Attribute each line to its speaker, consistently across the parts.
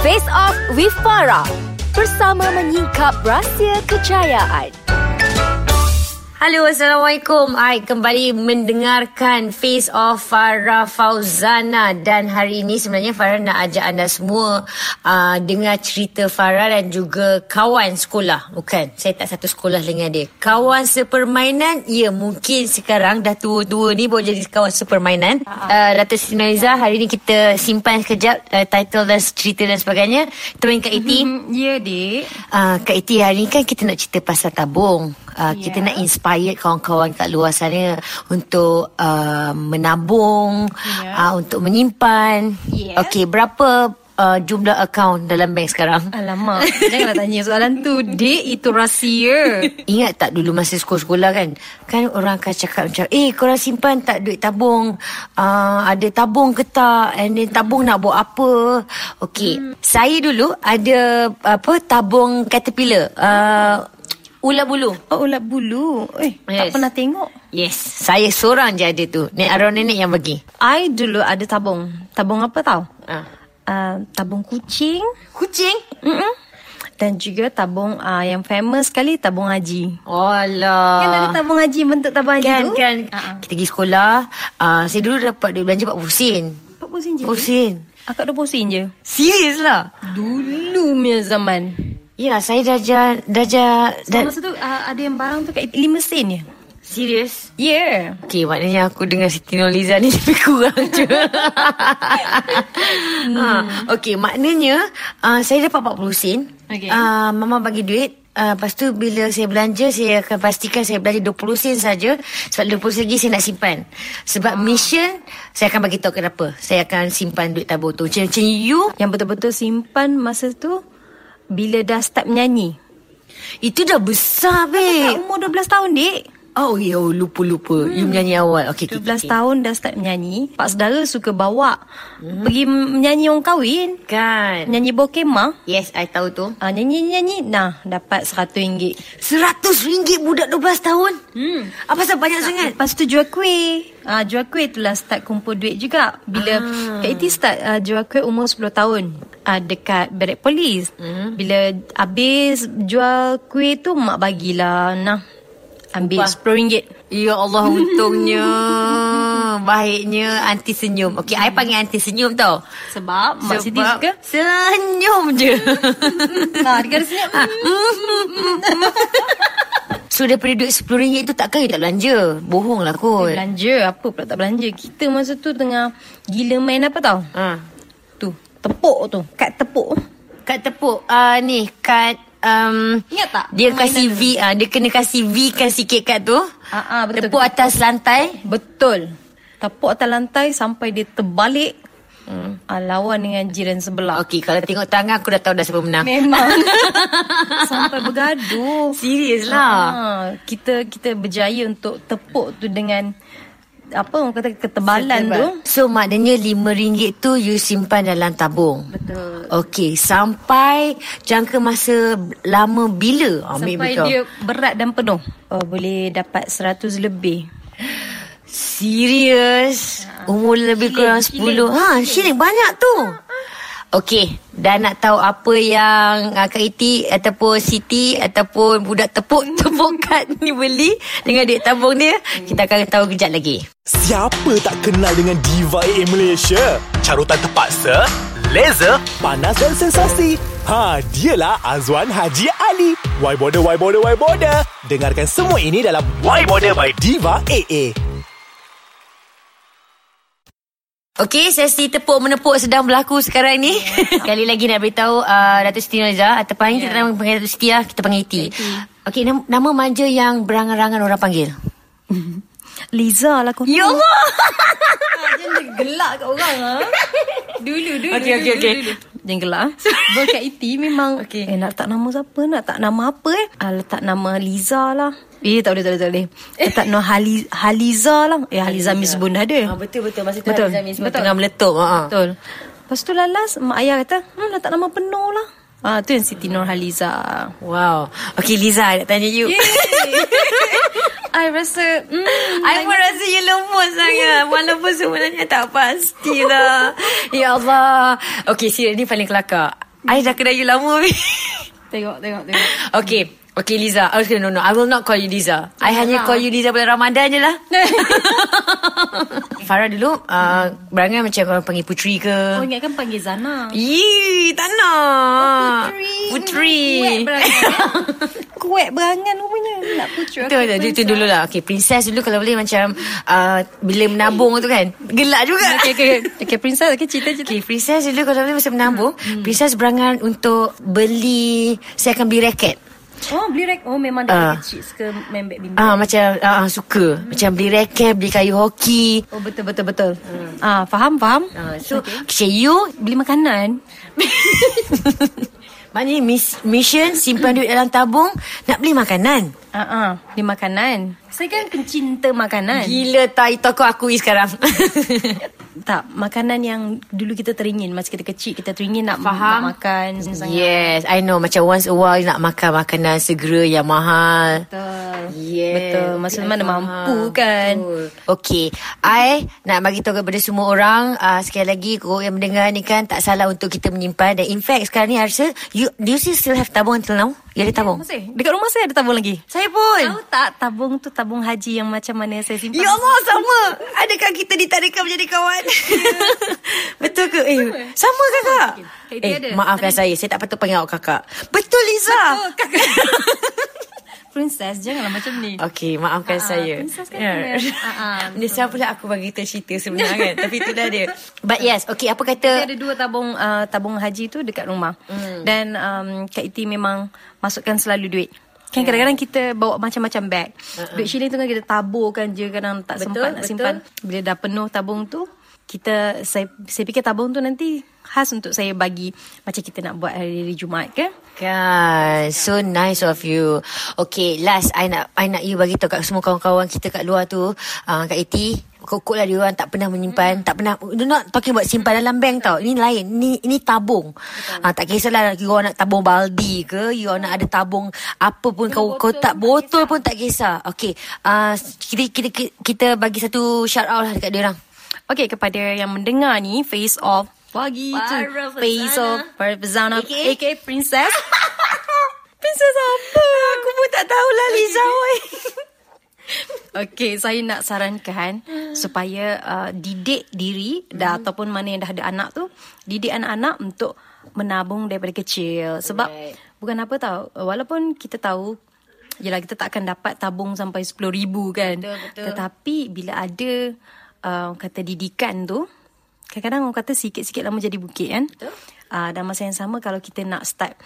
Speaker 1: Face Off with Farah bersama menyingkap rahsia kejayaan.
Speaker 2: Halo, Assalamualaikum. Hai, kembali mendengarkan Face Off Farah Fauzana. Dan hari ini sebenarnya Farah nak ajak anda semua uh, dengar cerita Farah dan juga kawan sekolah. Bukan, saya tak satu sekolah dengan dia. Kawan sepermainan, ya mungkin sekarang dah tua-tua ni boleh jadi kawan sepermainan. Uh, Dato' Siti Nurhaliza, hari ini kita simpan sekejap uh, title dan cerita dan sebagainya. Teman Kak Iti.
Speaker 3: Hmm, ya, dek.
Speaker 2: Uh, Kak Iti, hari ni kan kita nak cerita pasal tabung. Uh, yeah.
Speaker 3: Ya.
Speaker 2: Kita nak inspire kawan-kawan kat luar sana untuk uh, menabung, yeah.
Speaker 3: Ya.
Speaker 2: uh, untuk menyimpan.
Speaker 3: Ya.
Speaker 2: Okey, berapa uh, jumlah akaun dalam bank sekarang?
Speaker 3: Alamak, Ha, janganlah tanya soalan tu. Dek, itu rahsia.
Speaker 2: Ingat tak dulu masa sekolah-sekolah kan? Kan orang akan cakap macam, eh korang simpan tak duit tabung? Uh, ada tabung ke tak? And then tabung nak buat apa? Okey, hmm. saya dulu ada apa tabung caterpillar. Uh, ular bulu.
Speaker 3: Oh, ulat bulu. Eh,
Speaker 2: Yes.
Speaker 3: tak pernah tengok.
Speaker 2: Yes, saya seorang je ada tu. Nek Aron nenek yang bagi.
Speaker 3: I dulu ada tabung. Tabung apa tau?
Speaker 2: Ah.
Speaker 3: Uh, tabung kucing.
Speaker 2: Kucing?
Speaker 3: Mm-mm. Dan juga tabung uh, yang famous sekali, tabung haji.
Speaker 2: Alah.
Speaker 3: Kan ada tabung haji, bentuk tabung haji
Speaker 2: kan,
Speaker 3: tu.
Speaker 2: kan.
Speaker 3: Ah, ah.
Speaker 2: Kita pergi sekolah. Uh, saya dulu dapat duit belanja 40 sen.
Speaker 3: Empat pusing je.
Speaker 2: 40 sen.
Speaker 3: Akak dua pusing je.
Speaker 2: Serius lah.
Speaker 3: Dulu punya zaman.
Speaker 2: Yelah, saya dah jar... Dah jar...
Speaker 3: Dan
Speaker 2: Dah...
Speaker 3: masa tu uh, ada yang barang tu kat lima sen je.
Speaker 2: Serius?
Speaker 3: Yeah.
Speaker 2: Okay, maknanya aku dengan Siti Nurhaliza ni lebih kurang je.
Speaker 3: Hmm.
Speaker 2: ha, okay, maknanya uh, saya dapat 40 sen.
Speaker 3: Okey.
Speaker 2: Uh, Mama bagi duit. Uh, lepas tu bila saya belanja Saya akan pastikan saya belanja 20 sen saja Sebab 20 sen lagi saya nak simpan Sebab
Speaker 3: Ah.
Speaker 2: mission Saya akan bagi tahu kenapa Saya akan simpan duit tabung tu Macam, macam you
Speaker 3: Yang betul-betul simpan masa tu bila dah start menyanyi.
Speaker 2: Itu dah besar
Speaker 3: Eh,
Speaker 2: babe
Speaker 3: umur 12 tahun, Dik.
Speaker 2: Oh ya oh, lupa-lupa You menyanyi awal okay, okay,
Speaker 3: 12 Hmm. tahun dah start menyanyi. Pak saudara suka bawa hmm. pergi m- menyanyi orang kahwin,
Speaker 2: Kan
Speaker 3: menyanyi bokemah.
Speaker 2: Yes I tahu tu
Speaker 3: Ah, nyanyi-nyanyi Nah dapat RM100
Speaker 2: RM100 budak 12 tahun? Hmm. Apa sebab banyak sangat?
Speaker 3: Lepas tu jual kuih ah, Jual kuih tu lah start kumpul duit juga Bila ah. Kak Iti start ah, jual kuih umur 10 tahun ah, Dekat Barrack Polis hmm. Bila habis jual kuih tu Mak bagilah Nah Ambil RM10
Speaker 2: Ya Allah untungnya. Baiknya anti senyum. Okey, I panggil anti senyum tau.
Speaker 3: Sebab Mak Siti
Speaker 2: Sebab
Speaker 3: suka
Speaker 2: Senyum je.
Speaker 3: Ha, dia kata senyap
Speaker 2: so daripada duit RM10 tu takkan you tak belanja. Bohong lah kot.
Speaker 3: Belanja Apa pula tak belanja Kita masa tu tengah Gila main apa tau
Speaker 2: Ha.
Speaker 3: Tu Tepuk tu Kat tepuk
Speaker 2: Kad tepuk uh, ni, kad um,
Speaker 3: Ingat tak?
Speaker 2: Dia
Speaker 3: Permainan
Speaker 2: kasi V ah, Dia kena kasi V kan sikit kat tu
Speaker 3: Ah, ah, betul.
Speaker 2: Tepuk atas lantai
Speaker 3: Betul Tepuk atas lantai Sampai dia terbalik hmm. ha, Lawan dengan jiran sebelah
Speaker 2: Okey kalau tengok tangan Aku dah tahu dah siapa menang
Speaker 3: Memang Sampai bergaduh
Speaker 2: Serius lah
Speaker 3: ha, Kita kita berjaya untuk Tepuk tu dengan Apa orang kata Ketebalan tu
Speaker 2: So maknanya RM5 tu you simpan dalam tabung.
Speaker 3: Betul
Speaker 2: Okey, sampai jangka masa lama bila Ah, ambil
Speaker 3: Sampai
Speaker 2: betul?
Speaker 3: dia berat dan penuh oh, Boleh dapat 100 lebih
Speaker 2: Serius?
Speaker 3: Ah,
Speaker 2: Umur lebih kurang 10.
Speaker 3: shilling.
Speaker 2: Ha, shilling banyak
Speaker 3: Ah,
Speaker 2: tu. Okey, dah nak tahu apa yang uh, Kak Iti ataupun Siti ataupun budak tepuk-tepuk kat ni beli dengan duit tabung dia, kita akan tahu kejap lagi.
Speaker 4: Siapa tak kenal dengan Diva AA Malaysia? Carutan terpaksa, laser, panas dan sensasi. Ha, dialah Azwan Haji Ali. Why bother, why bother, why bother? Dengarkan semua ini dalam Why Bother by Diva AA.
Speaker 2: Okey, sesi tepuk menepuk sedang berlaku sekarang ni. Yeah. Ya. Sekali lagi nak beritahu uh, Datuk Siti Nurhaliza atau panggil yeah. kita nama panggil Datuk Siti lah, kita panggil Ya. Iti. Okey, nama, nama manja yang berangan-rangan orang panggil.
Speaker 3: Liza lah kau
Speaker 2: Ya Allah.
Speaker 3: Jangan dia gelak kat orang ha? Dulu dulu
Speaker 2: Okey, okey,
Speaker 3: dulu,
Speaker 2: okey.
Speaker 3: dulu. Jangan gelak ah. Berkat Iti memang okay. Eh nak tak nama siapa Nak tak nama apa eh ah, Letak nama Liza lah Eh tak boleh tak boleh, tak boleh. Letak nama Hali, Haliza lah Eh Haliza Misbun dah ada
Speaker 2: Oh, betul betul masa
Speaker 3: Betul.
Speaker 2: Hafiz Amin semua
Speaker 3: Betul.
Speaker 2: tengah meletup. Ha.
Speaker 3: Betul. Lepas tu lalas mak ayah kata, "Hmm letak nama penuh lah." Ah tu yang Siti Nurhaliza.
Speaker 2: Wow. Okey Liza, I nak tanya you.
Speaker 3: I rasa mm,
Speaker 2: I pun rasa you lembut sangat Walaupun lah. sebenarnya tak pastilah Ya Allah Okay serius ni paling kelakar I dah kenal you lama weh.
Speaker 3: Tengok, tengok, tengok.
Speaker 2: Okay. Okay Liza. Oh, Okay, no, no. I will not call you Liza. I
Speaker 3: lah.
Speaker 2: hanya call you Liza bulan Ramadan je lah. Farah dulu, uh, berangan macam orang panggil puteri ke?
Speaker 3: Oh, ingatkan panggil Zana.
Speaker 2: Yee, tak nak. Puteri.
Speaker 3: Kuat berangan. Kuat berangan rupanya. Nak putra.
Speaker 2: Betul, betul. Itu, itu dulu lah. Okay, princess dulu kalau boleh macam uh, bila menabung tu kan. Gelak juga.
Speaker 3: Okay, okay. Okay, princess. Okay, cerita-cerita.
Speaker 2: Okay, princess dulu kalau boleh masa menabung, hmm. princess berangan untuk beli, saya akan beli raket.
Speaker 3: Oh, beli rek. Oh,
Speaker 2: Ah.
Speaker 3: memang dah uh. kecil ke membek bimbing.
Speaker 2: Ah macam ah, ah, suka. Macam beli raket, beli kayu hoki.
Speaker 3: Oh, betul, betul, betul. Ah, faham, faham.
Speaker 2: Hmm. Ah so okay. okay you
Speaker 3: Beli makanan.
Speaker 2: maknanya mis- mission simpan duit dalam tabung nak beli makanan.
Speaker 3: Ah, ah. Beli makanan. Saya kan pencinta makanan.
Speaker 2: Gila tak itu aku akui sekarang.
Speaker 3: Tak, makanan yang dulu kita teringin masa kita kecil kita teringin nak
Speaker 2: Faham?
Speaker 3: nak makan sangat.
Speaker 2: yes, I know macam once a while nak makan makanan segera yang mahal.
Speaker 3: Betul.
Speaker 2: Yeah.
Speaker 3: Betul. Masa
Speaker 2: I
Speaker 3: mana
Speaker 2: faham.
Speaker 3: mampu kan.
Speaker 2: Betul. Okey. I nak bagi tahu kepada semua orang uh, sekali lagi korang yang mendengar ni kan tak salah untuk kita menyimpan dan in fact sekarang ni I rasa you do you still have tabung until now? You ada tabung?
Speaker 3: Ya, Masih, dekat rumah saya ada tabung lagi.
Speaker 2: Saya pun.
Speaker 3: Tahu tak tabung tu tabung haji yang macam mana saya simpan.
Speaker 2: Ya Allah sama Adakah kita ditarikan menjadi kawan Betul ke eh, Sama kakak
Speaker 3: Kak Iti
Speaker 2: Eh
Speaker 3: ada.
Speaker 2: maafkan saya Saya tak patut panggil awak kakak Betul Liza
Speaker 3: Betul, kakak. Princess janganlah macam ni.
Speaker 2: Okey, maafkan
Speaker 3: Ah,
Speaker 2: saya.
Speaker 3: princess kan
Speaker 2: Ya.
Speaker 3: kena- ah, ah,
Speaker 2: Ni siapa pula aku bagi tahu cerita sebenarnya kan. Tapi itulah dia. But yes, okay apa kata
Speaker 3: Saya ada dua tabung uh, tabung haji tu dekat rumah.
Speaker 2: Hmm.
Speaker 3: Mm. Dan um, Kak Iti memang masukkan selalu duit. Kan
Speaker 2: Ya.
Speaker 3: kadang-kadang kita bawa macam-macam bag. Uh-uh. Duit shilling tu kan kita taburkan je kadang tak
Speaker 2: Ha, Betul,
Speaker 3: betul, sempat nak
Speaker 2: betul.
Speaker 3: simpan. Bila dah penuh tabung tu, kita saya saya fikir tabung tu nanti khas untuk saya bagi macam kita nak buat hari-hari Jumaat ke.
Speaker 2: Kan, so nice of you. Okay, last I nak I nak you bagi tahu kat semua kawan-kawan kita kat luar tu, uh, kat IT, kokok lah dia orang tak pernah menyimpan, tak pernah do not pakai buat simpan dalam bank tau. Ini lain, ni ini tabung. Ah uh, tak kisahlah you orang nak tabung baldi ke, you orang nak ada tabung apa pun kau kotak botol pun tak kisah. Okay, uh, kita, kita kita kita bagi satu shout out lah dekat dia orang.
Speaker 3: Okey kepada yang mendengar ni face off pagi tu
Speaker 2: Farah Fauzana.
Speaker 3: face off Farah Fauzana
Speaker 2: AKA?
Speaker 3: aka, princess. princess apa? Aku pun tak lah, tahulah Liza oi. Okey, saya nak sarankan
Speaker 2: Ah.
Speaker 3: supaya uh, didik diri
Speaker 2: Mhm.
Speaker 3: dah ataupun mana yang dah ada anak tu, didik anak-anak untuk menabung daripada kecil sebab
Speaker 2: Alright.
Speaker 3: bukan apa tahu walaupun kita tahu Yelah kita tak akan dapat tabung sampai RM10,000 kan
Speaker 2: Betul, betul.
Speaker 3: Tetapi bila ada uh, kata didikan tu Kadang-kadang orang kata sikit-sikit lama jadi bukit kan Betul uh, Dan masa yang sama kalau kita nak start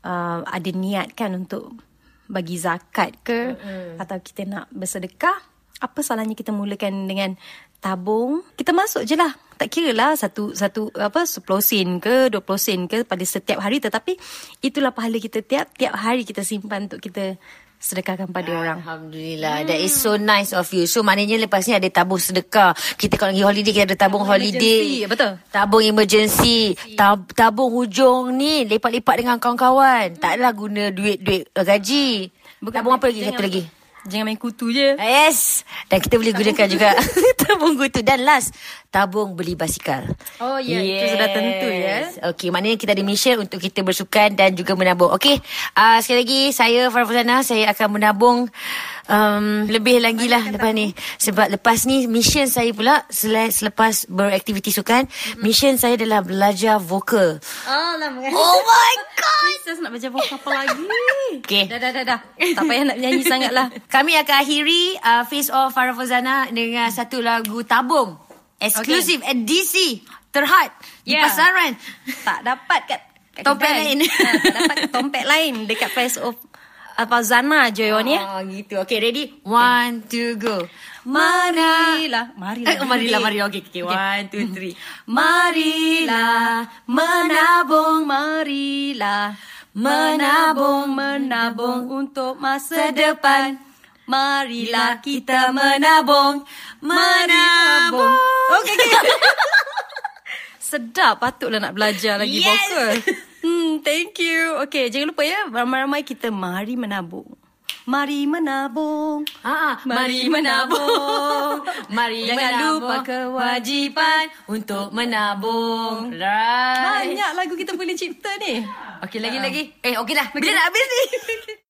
Speaker 3: uh, Ada niat kan untuk bagi zakat ke mm-hmm. Atau kita nak bersedekah Apa salahnya kita mulakan dengan tabung Kita masuk je lah tak kira lah satu, satu apa 10 sen ke 20 sen ke pada setiap hari tetapi itulah pahala kita tiap-tiap hari kita simpan untuk kita sedekahkan pada orang. Hmm.
Speaker 2: Alhamdulillah That is so nice of you So maknanya lepas ni Ada tabung sedekah Kita kalau pergi holiday Kita ada tabung holiday
Speaker 3: emergency, betul.
Speaker 2: Tabung emergency Tab- Tabung hujung ni Lepak-lepak dengan kawan-kawan Tak adalah guna duit-duit uh, gaji Tabung apa lagi
Speaker 3: Jangan-
Speaker 2: Satu lagi
Speaker 3: Jangan main Eh, kutu je.
Speaker 2: Ah, Yes Dan kita boleh gunakan juga Tabung kutu Dan last Tabung beli basikal
Speaker 3: Oh, ya, itu sudah tentu, ya.
Speaker 2: Okey maknanya kita ada mission Untuk kita bersukan Dan juga menabung Okey uh, Sekali lagi Saya Farah Fuzana Saya akan menabung um, Lebih lagi lah Lepas ni Sebab lepas ni Mission saya pula sele- Selepas beraktiviti sukan Mission saya adalah Belajar vokal
Speaker 3: Oh, lama kan.
Speaker 2: Oh my god
Speaker 3: Princess nak baca vokal apa lagi?
Speaker 2: Okey.
Speaker 3: Dah, dah, dah, dah. Tak payah nak nyanyi sangat lah.
Speaker 2: Kami akan akhiri uh, Face Off Farah Fozana dengan satu lagu tabung. Eksklusif okay. at DC. Terhad. Yeah. Di
Speaker 3: Yeah.
Speaker 2: pasaran.
Speaker 3: Tak dapat kat, kat
Speaker 2: Tompet
Speaker 3: kedai.
Speaker 2: lain.
Speaker 3: Ha, tak dapat kat tompet lain dekat Face of apa Zana je Yon ya.
Speaker 2: Oh, gitu. Okay, ready? One, two, go. Mana?
Speaker 3: Marilah, marilah.
Speaker 2: Eh, oh, marilah, marilah. Okay, okay. One, two, three. Marilah menabung,
Speaker 3: marilah
Speaker 2: menabung,
Speaker 3: menabung untuk masa
Speaker 2: depan.
Speaker 3: Marilah
Speaker 2: kita menabung, menabung.
Speaker 3: Okay, okay. Sedap, patutlah nak belajar lagi
Speaker 2: Yes.
Speaker 3: vokal. Hmm, thank you. Okay, jangan lupa ya, ramai-ramai kita mari menabung.
Speaker 5: Mari menabung.
Speaker 3: Ah, ah, mari menabung. Mari
Speaker 5: Jangan
Speaker 3: menabung.
Speaker 5: lupa
Speaker 3: kewajipan untuk menabung. Right.
Speaker 5: Banyak lagu kita boleh cipta ni. Ah.
Speaker 3: Okey lagi lagi. Eh okey dah. Bila nak habis ni?